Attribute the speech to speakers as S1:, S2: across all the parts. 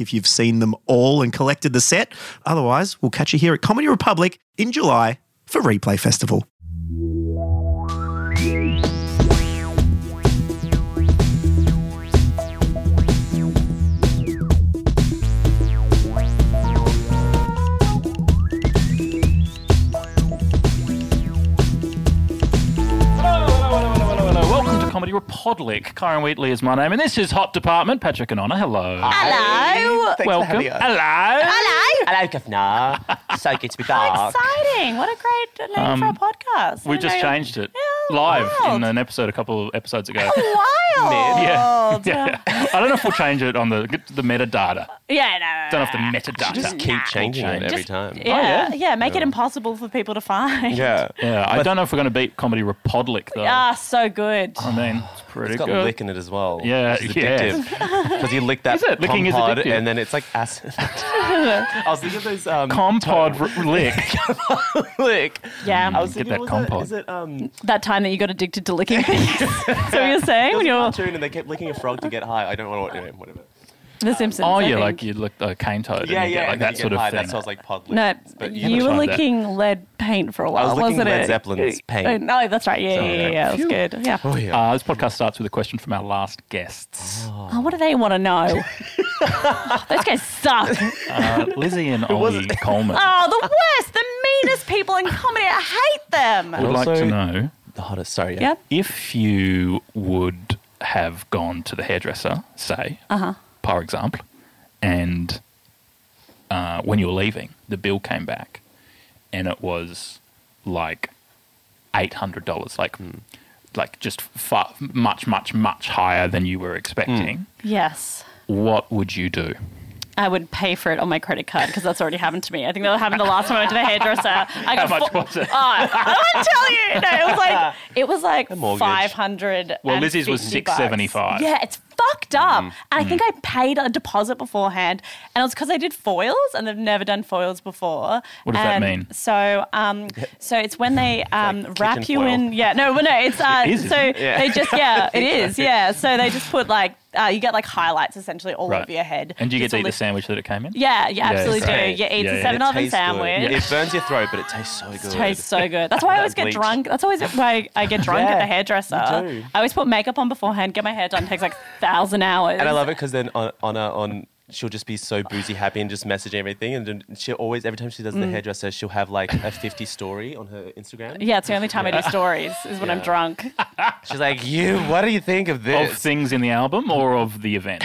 S1: if you've seen them all and collected the set. Otherwise, we'll catch you here at Comedy Republic in July for Replay Festival.
S2: Hello, hello, hello, hello, hello, hello. Welcome to Comedy Repodlic. Kyron Wheatley is my name, and this is Hot Department. Patrick and Honor, hello.
S3: Hello.
S4: Thanks
S2: Welcome.
S4: For having us.
S2: hello.
S3: Hello.
S4: Hello, Governor. so good to be back.
S3: Exciting. What a great name for a podcast.
S2: Um, We
S3: I
S2: just
S3: know-
S2: changed it
S3: Yeah,
S2: live
S3: wild.
S2: in an episode a couple of episodes ago.
S3: Wild.
S2: Yeah. yeah. I don't know if we'll change it on the get the metadata.
S3: Yeah, no.
S2: Don't have the metadata.
S4: Ah, Just keep changing it every
S3: Just-
S4: time.
S3: Yeah, yeah.
S2: oh, yeah?
S3: make it impossible for people to find.
S4: Yeah.
S2: yeah, I don't know if we're going to beat Comedy Repodlic though.
S3: Ah, so good.
S2: I mean, it's pretty
S4: It's got
S2: good.
S4: lick in it as well.
S2: Yeah,
S4: It's
S2: yeah.
S4: addictive. Because you lick that
S2: Is it? Licking
S4: Tom
S2: is
S4: pod
S2: addictive.
S4: and then it's like acid. I was thinking of those um,
S2: Compod r- lick.
S4: lick.
S3: Yeah.
S4: I was
S2: Get
S4: thinking,
S2: that
S4: was
S2: compod.
S4: It, is it um?
S3: that time that you got addicted to licking things. so you're saying when
S4: There's a
S3: you're
S4: cartoon and they kept licking a frog to get high. I don't know what you know, whatever.
S3: The Simpsons.
S2: Oh
S3: I
S2: yeah,
S3: think.
S2: like you lick a cane toad.
S4: Yeah,
S2: and you Get,
S4: yeah.
S2: like
S4: and then
S2: that
S4: you
S2: sort
S4: get
S2: of
S4: high.
S2: thing.
S4: That sounds like pod lick.
S3: No,
S4: but
S3: you,
S4: you
S2: never
S3: were
S2: tried that.
S3: licking lead paint for a while,
S4: was licking
S3: not
S4: Led
S3: it?
S4: Zeppelin's paint.
S3: Oh, no, that's right. Yeah, yeah, yeah, yeah. That's good. Yeah.
S4: Oh, yeah.
S2: Uh, this podcast starts with a question from our last guests.
S3: Oh, what do they want to know? Those guys suck.
S2: Uh, Lizzie and Ollie Coleman
S3: Oh, the worst, the meanest people in comedy. I hate them.
S2: would like
S4: Also-
S2: to know
S4: the hottest. Sorry. Yeah.
S3: Yep.
S2: if you would have gone to the hairdresser, say, uh-huh. par example, and uh, when you were leaving, the bill came back and it was like $800, like, like just far, much, much, much higher than you were expecting.
S3: Yes.
S2: What would you do?
S3: I would pay for it on my credit card because that's already happened to me. I think that happened the last time I went to the hairdresser. I
S2: How
S3: got
S2: much
S3: fo-
S2: was it?
S3: Oh, I don't tell you. No, it was like it was like
S4: mortgage.
S3: five hundred.
S2: Well, Lizzie's was Mm-hmm. 675.
S3: Yeah, it's fucked up. And I think I paid a deposit beforehand, and it was because I did foils, and they've never done foils before.
S2: What does that
S3: And
S2: mean?
S3: So, um, so it's when they um,
S4: kitchen
S3: wrap you
S4: foil.
S3: in. Yeah, no, well, no, it's uh,
S2: is,
S3: so
S2: isn't
S3: they just yeah, it is yeah. So they just put like uh, you get like highlights essentially all
S2: Right.
S3: over your head,
S2: And do you get
S3: Just
S2: to
S3: all
S2: eat the
S3: this-
S2: sandwich that it came in?
S3: yeah, you absolutely
S2: great.
S3: do. You eat
S2: Yeah,
S3: the
S2: yeah.
S3: Seven
S4: It
S3: Eleven
S4: tastes
S3: sandwich.
S4: good. It burns your throat, but it tastes so good.
S3: It tastes so good. That's why I always get
S4: Bleach.
S3: drunk. That's always why I get drunk at
S4: Yeah,
S3: the hairdresser.
S4: you do.
S3: I always put makeup on beforehand, get my hair done. Takes like thousand hours.
S4: And I love it because then on on, uh, on she'll just be so boozy happy and just messaging everything. And then she always every time she does the
S3: Mm.
S4: hairdresser, she'll have like a fifty story on her Instagram.
S3: Yeah, it's the only time I do stories is when I'm
S4: Yeah.
S3: drunk.
S4: She's like, you, what do you think of
S2: Of
S4: this?
S2: things in the album or of the event?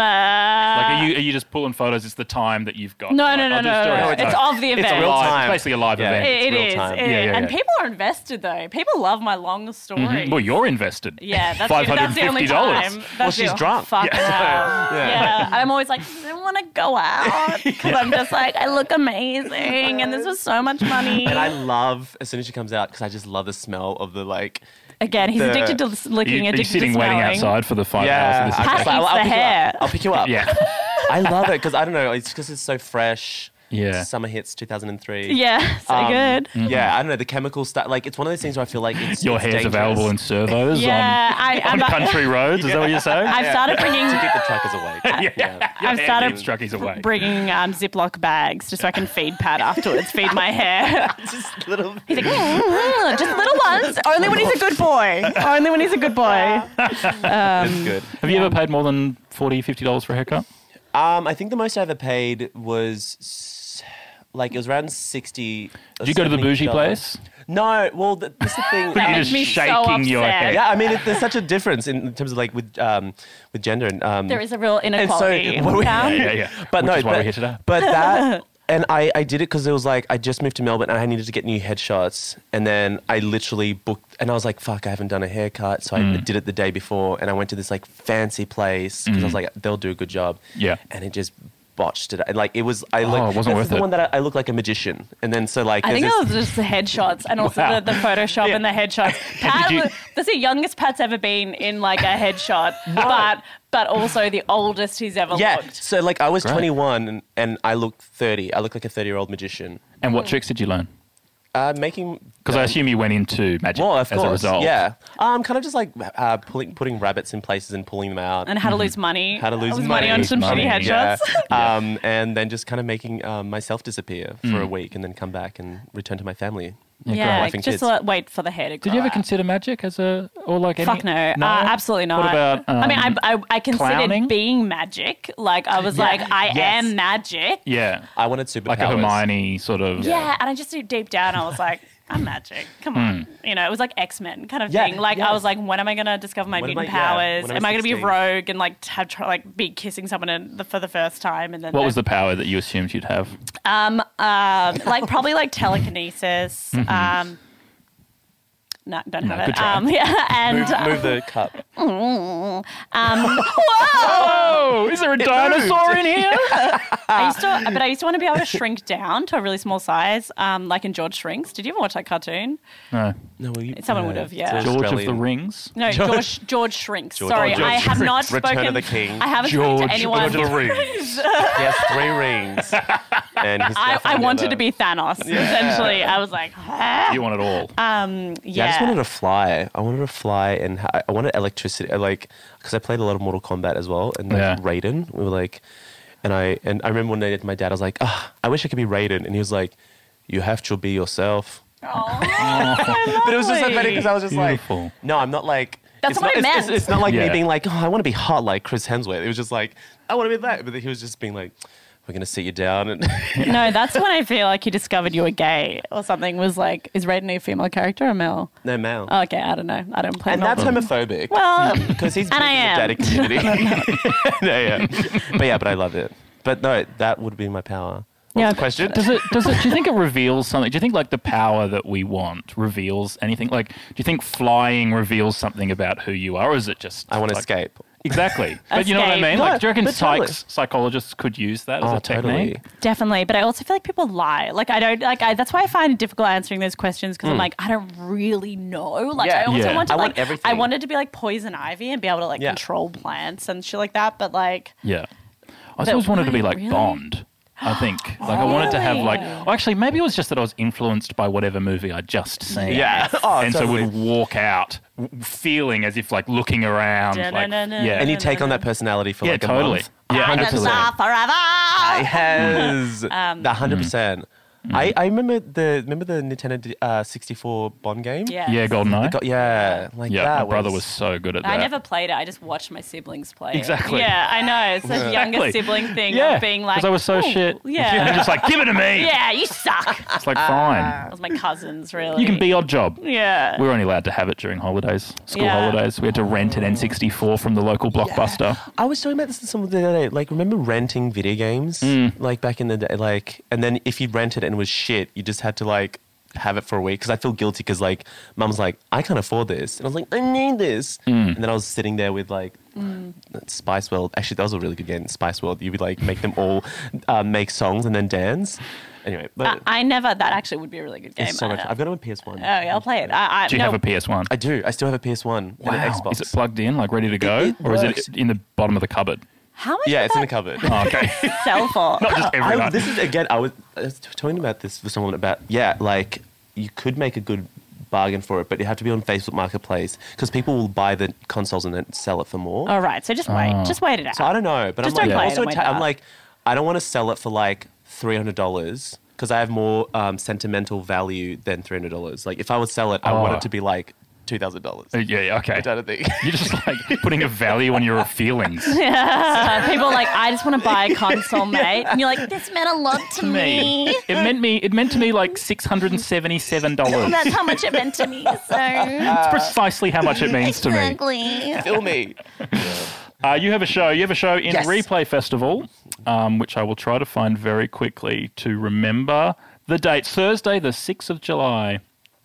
S2: Like,
S3: uh,
S2: are you are you just pulling photos? It's the time that you've got.
S3: No,
S2: Like,
S3: no, no,
S2: I'll do
S3: no,
S2: stories.
S3: no. It's of the
S2: It's a
S3: event.
S2: live- it's
S4: Time.
S2: basically a live
S4: Yeah.
S2: event.
S3: it
S4: real
S3: is. it
S4: time.
S2: Yeah,
S3: is.
S2: yeah,
S3: and
S2: yeah. Mm-hmm.
S3: people are invested though. People love my long stories.
S2: Well, you're invested.
S3: yeah, that's, the- that's the only
S2: $550.
S3: time. That's
S4: Well,
S3: the-
S4: she's drunk.
S3: Fuck yeah. Yeah. And I'm always like, I don't want to go out because I'm just like, I look amazing and this was so much money.
S4: And I love as soon as she comes out because I just love the smell of the like.
S3: Again, he's
S4: the-
S3: addicted to s-
S2: You,
S3: licking,
S2: are you
S3: addicted
S2: sitting
S3: to
S2: waiting
S3: smelling.
S2: outside for the five hours
S4: I'm
S2: of
S4: just
S2: this
S3: Pat
S4: like,
S3: eats
S4: I'll,
S3: the
S4: pick you
S3: hair.
S4: up. I'll pick you up.
S2: event? Yeah.
S4: I love it because I don't know. It's because it's so fresh.
S2: Yeah.
S4: Summer hits 2003.
S3: Yeah, so
S4: Um,
S3: good.
S4: Yeah, I don't know. The chemical stuff, like, it's one of those things where I feel like it's.
S2: Mm-hmm. Your
S4: it's
S2: hair's
S4: dangerous.
S2: available in servos
S3: Yeah, I,
S2: on,
S3: I'm,
S2: on country roads. Is that what you're saying?
S3: I've started bringing.
S4: To keep the truckers awake. yeah.
S3: I've started
S2: Struckies away.
S3: bringing um, Ziploc bags just so I can feed Pat afterwards, feed my hair.
S4: Just little.
S3: He's like, "Mm, just little ones, only when he's a good boy. Only when he's a good boy.
S4: it's
S3: Um,
S4: good.
S2: Have you ever paid more than 40 dollars for a haircut?
S4: Um, I think the most I ever paid was s- like it was around sixty.
S2: Did you go to the bougie place?
S4: No. Well, th- that's the thing.
S2: You're
S3: That
S4: um,
S3: makes
S2: just
S3: me so
S2: shaking your
S3: upset.
S2: head.
S4: yeah, I mean, it, there's such a difference in, in terms of like with um, with gender and um,
S3: There is a real
S4: and so
S3: inequality. in
S4: what we-
S3: town.
S2: Yeah, yeah.
S4: but
S2: Which
S4: no,
S2: is why
S4: but,
S2: we're here today.
S4: but that. and I, I did it because it was like I just moved to Melbourne and I needed to get new headshots. And then I literally booked, and I was like, "Fuck, I haven't done a haircut." So
S2: Mm.
S4: I did it the day before, and I went to this like fancy place because I was like, "They'll do a good job."
S2: Mm. Yeah.
S4: and it just botched it. And, like it was, I
S2: Oh,
S4: like
S2: it wasn't
S4: that's
S2: worth
S4: the
S2: it.
S4: one that I, I look like a magician, and then so like
S3: I think
S4: there's
S3: it
S4: this-
S3: was just the headshots and also
S2: Wow.
S3: the, the Photoshop and the headshots. Pat,
S2: you-
S3: was- that's the youngest Pat's ever been in like a headshot, but but also the oldest he's ever
S4: yeah.
S3: looked.
S4: So like I was
S2: Great.
S4: 21 and, and I looked 30. I looked like a 30 year old magician.
S2: And what tricks did you learn?
S4: Uh, making
S2: Because I assume you went into magic
S4: Well, of
S2: as
S4: course.
S2: a result.
S4: Yeah. Um, kind of just like uh, pulling, putting rabbits in places and pulling them out.
S3: And how
S2: Mm-hmm.
S3: to lose money.
S4: how to lose
S3: Lose
S4: money,
S3: on some
S2: money,
S3: shitty headshots.
S4: Yeah. Um, and then just kind of making um, myself disappear for
S2: Mm.
S4: a week and then come back and return to my family.
S3: Yeah,
S4: wife and
S3: just
S4: kids.
S3: like, wait for the hair to grow.
S2: Did you ever
S3: out.
S2: consider magic as a or like any?
S3: Uh, Fuck no, Uh, absolutely not.
S2: What about? Um,
S3: I mean, I, I, I considered
S2: clowning?
S3: being magic. Like I was like, I
S4: Yes.
S3: am magic. Yeah.
S2: yeah,
S4: I wanted superpowers.
S2: like a Hermione sort of.
S3: and I just deep, deep down, I was like, I'm magic. Come on, you know, it was like X Men kind of
S4: Hmm. Yeah,
S3: thing. Like I
S4: yeah.
S3: was like, when am I gonna discover my
S4: When am
S3: mutant
S4: I- yeah,
S3: powers?
S4: when am I
S3: am I gonna be
S4: 16?
S3: rogue and like have try, like be kissing someone in the, for the first time? And then
S2: What was the power that you assumed you'd have?
S3: um um like probably like telekinesis
S4: Mm-hmm.
S3: um. No, don't have
S2: No, good
S3: it.
S2: try.
S3: Um, yeah, and
S4: Move, move the cup.
S2: Oh, is there a dinosaur in here?
S3: I used to, but I used to want to be able to shrink down to a really small size, um, like in George Shrinks. Did you ever watch that cartoon?
S2: no,
S4: No, well, you-
S3: Someone would have,
S4: it's
S3: yeah.
S4: an
S2: George of the
S4: Australian-
S2: Rings.
S3: No, George George Shrinks.
S4: George-
S3: Sorry,
S4: oh, George
S3: I have not
S4: Shrinks.
S3: spoken.
S4: Return of the King.
S3: I haven't spoken
S2: George
S3: to anyone.
S2: of the
S4: Rings. he has three rings. And his
S3: I, I
S4: girlfriend
S3: wanted
S4: never-
S3: to be Thanos. Essentially, I was like, "Huh?"
S2: You want it all.
S3: um, yeah.
S4: Yeah, I just wanted to fly. I wanted to fly, and ha- I wanted electricity. I Like, because I played a lot of Mortal Kombat as well, and like
S2: Yeah.
S4: Raiden, we were like, and I and I remember one day to my dad, I was like, ah, I wish I could be Raiden, and he was like, you have to be yourself. But it was just so funny because I was just
S2: Beautiful.
S4: like, no, I'm not like.
S3: That's
S4: it's
S3: what
S4: not,
S3: I
S4: it's- It's,
S3: meant.
S4: it's not like
S2: Yeah.
S4: me being like, oh, I want to be hot like Chris Hemsworth. It was just like, I want to be that. But he was just being like, we're gonna sit you down, and
S3: no, that's when I feel like you discovered you were gay or something. Was like, is Raiden a female character or male?
S4: no male.
S3: Oh, okay, I don't know. I don't play.
S4: and
S3: Marvel.
S4: that's homophobic.
S3: well,
S4: because he's
S3: And
S4: big
S3: I
S4: in the
S3: am.
S4: daddy community. no, yeah. But yeah, but I love it. But no, that would be my power. What's
S3: Yeah.
S4: the question?
S2: Does it? Does it? Do you think it reveals something? Do you think like the power that we want reveals anything? Like, do you think flying reveals something about who you are, or is it just?
S4: I want to
S2: like-
S4: escape.
S2: Exactly, but you know what I
S3: Escape.
S2: mean. Like,
S4: No,
S2: do you reckon
S4: but totally.
S2: psychs, psychologists could use that as
S4: Oh,
S2: a
S4: totally.
S2: technique?
S3: Definitely, but I also feel like people lie. Like I don't like I, that's why I find it difficult answering those questions because I'm like I don't really know. Like
S4: Yeah.
S3: I also
S2: Mm. Yeah.
S3: want to
S4: I
S3: like
S4: want everything.
S3: I wanted to be like poison ivy and be able to like
S4: Yeah.
S3: control plants and shit like that. But like
S2: Yeah, I
S3: But
S2: always wanted to
S3: why,
S2: be like
S3: really?
S2: Bond. I think, like, I wanted to have like. oh, actually, maybe it was just that I was influenced by whatever movie I'd just seen.
S4: Yeah. Oh,
S2: and
S4: totally.
S2: so would walk out w- feeling as if like looking around. Like,
S3: Da-na-na-na.
S2: yeah,
S4: And you take on that personality for
S2: yeah,
S4: like a
S2: totally.
S4: month.
S2: Yeah,
S3: I can
S4: 100%.
S3: laugh forever.
S4: Yes.
S3: Um,
S4: the 100%.
S2: Mm.
S4: I, I remember the remember the Nintendo D- uh, 64 Bond game?
S3: Yeah.
S2: yeah, Goldeneye.
S4: Got- yeah. Like
S2: Yeah,
S4: that
S2: my brother was so good at that.
S3: I never played it. I just watched my siblings play. it.
S2: Exactly.
S3: Yeah, I know. It's the younger
S2: Exactly.
S3: sibling thing
S2: yeah,
S3: of being like
S2: because I was so
S3: "Ooh,
S2: shit. and they're
S3: Yeah.
S2: just like, give it to me.
S3: yeah, you suck. That
S2: It's like fine.
S3: was my cousins really.
S2: You can be odd job.
S3: Yeah.
S2: We were only allowed to have it during holidays, school
S3: Yeah.
S2: holidays. We had to rent an N64 from the local blockbuster.
S4: I was talking about this to someone the other day. Like, remember renting video games?
S2: Mm.
S4: Like back in the day, like, and then if you rented and it was shit, you just had to like have it for a week. Because I feel guilty because like mum's like, I can't afford this, and I was like, I need this,
S2: Mm.
S4: and then I was sitting there with like.
S3: Mm.
S4: Spice World. Actually, that was a really good game. Spice World. You would like make them all uh, make songs and then dance. Anyway, but
S3: I, I never. That actually would be a really good Ah, game.
S4: it's so
S3: I
S4: much.
S3: know.
S4: I've got it on PS1.
S3: Oh, yeah, I'll play it. I, I,
S2: Do you
S3: no,
S2: have a PS1?
S4: I do. I still have a PS1 and an Xbox.
S2: Is it plugged in, like ready to go?
S4: it
S2: or is
S4: works.
S2: it in the bottom of the cupboard?
S3: How much?
S4: yeah,
S3: did
S4: it's in the
S3: that
S4: cupboard.
S2: Oh, okay.
S3: Sell for.
S2: Just every
S4: I,
S2: night.
S4: this is again. I was, I was talking about this with someone about yeah, like you could make a good bargain for it, but you have to be on Facebook Marketplace because people will buy the consoles and then sell it for more.
S3: All right, so just wait.
S2: Oh.
S3: just wait it out.
S4: So I don't know, but
S3: Just
S4: I'm
S3: don't
S4: like
S3: buy it
S4: also
S3: and wait
S4: ta-
S3: it
S4: I'm
S3: out.
S4: like I don't want to sell it for like three hundred dollars because I have more um, sentimental value than three hundred dollars. Like if I would sell it, I want
S2: Oh.
S4: it to be like two thousand dollars.
S2: Uh, yeah, yeah, okay.
S4: I don't think.
S2: You're just like putting a value on your feelings.
S3: Yeah. Uh, People are like, I just want to buy a console, mate. And you're like, this meant a lot to me.
S2: me. It meant me. It meant to me like six hundred and seventy-seven dollars.
S3: That's how much it meant to me. So
S2: That's precisely how much it means to me.
S3: exactly.
S4: Fill me.
S2: Uh, you have a show. You have a show in
S4: Yes.
S2: Replay Festival, um, which I will try to find very quickly to remember the date. Thursday, the 6th of July.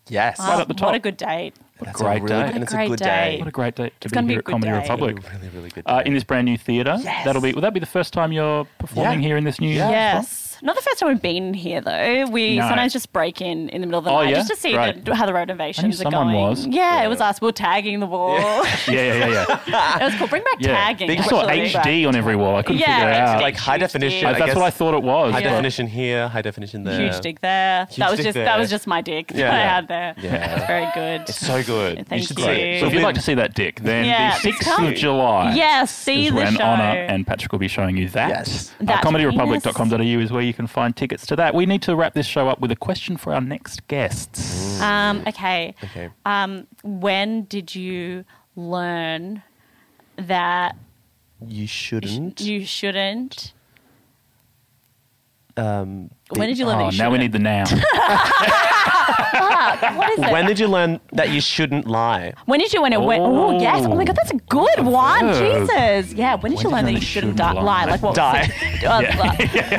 S4: Yes.
S3: Wow,
S2: up the
S3: What a
S2: top.
S3: good date.
S4: That's
S2: great
S4: really,
S2: day.
S4: And it's a
S3: Great
S4: good
S3: day.
S4: day.
S2: What a great date to
S3: gonna
S2: be
S3: be
S2: here
S3: a
S2: at
S3: good
S2: Comedy
S3: day.
S2: Republic.
S4: Really, really good.
S2: Uh,
S4: day.
S2: in this brand new theatre.
S3: Yes.
S2: That'll be will that be the first time you're performing
S4: Yeah.
S2: here in this new
S4: Yeah.
S3: Yes. Not the first time we've been here, though. We
S2: No.
S3: sometimes just break in in the middle of the
S2: Oh,
S3: night
S2: yeah?
S3: just to see
S2: Right.
S3: the, how the renovations are
S2: someone
S3: going.
S2: was.
S3: Yeah, it was us. We were tagging the wall.
S2: Yeah, yeah, yeah, yeah.
S3: it was cool. Bring back
S2: yeah.
S3: tagging.
S2: I saw
S3: actually.
S2: HD on every wall. I couldn't
S3: Yeah,
S2: figure it
S3: it's
S2: out.
S4: like high definition.
S2: I-
S3: I
S2: that's
S4: guess.
S2: what I thought it was.
S4: High
S2: but-
S4: definition here, high definition there.
S3: Huge dig there.
S4: Huge
S3: that was
S4: dig
S3: just
S4: there.
S3: that was just my dick
S4: Yeah.
S3: that I
S4: Yeah.
S3: had there.
S4: Yeah.
S3: It's very good.
S4: It's so good.
S3: Thank
S4: you should
S3: you.
S4: see it.
S2: So if you'd like to see that dick, then
S3: Yeah,
S2: the sixth
S3: come.
S2: of July.
S3: yeah, see
S2: is
S3: the
S2: an
S3: show.
S2: honour, and Patrick will be showing you that.
S4: Yes.
S2: Uh,
S3: That
S2: ComedyRepublic.com.au is where you can find tickets to that. We need to wrap this show up with a question for our next guests.
S3: um, okay.
S4: Okay.
S3: Um, when did you learn that
S4: You shouldn't.
S3: you shouldn't?
S4: Um,
S3: When did you learn
S2: Oh,
S3: that you
S2: now we need
S3: shouldn't?
S2: the noun.
S3: What is it?
S4: when did you learn that you shouldn't lie?
S3: When did you learn it? When, oh, yes. Oh, my God, that's a good one.
S2: verb.
S3: Jesus. Yeah. When did you learn that you shouldn't di- lie? Like, what?
S4: Die.
S3: Uh,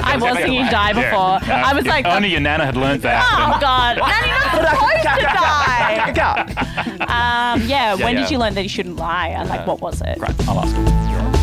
S3: I was thinking die before. I was like,
S4: Oh,
S2: only your nana had learned that.
S3: oh, God. No, you're not supposed to die.
S4: God.
S3: Um, yeah, when
S2: yeah.
S3: did you learn that you shouldn't lie? And, like, what was it?
S2: Right, I'll ask them.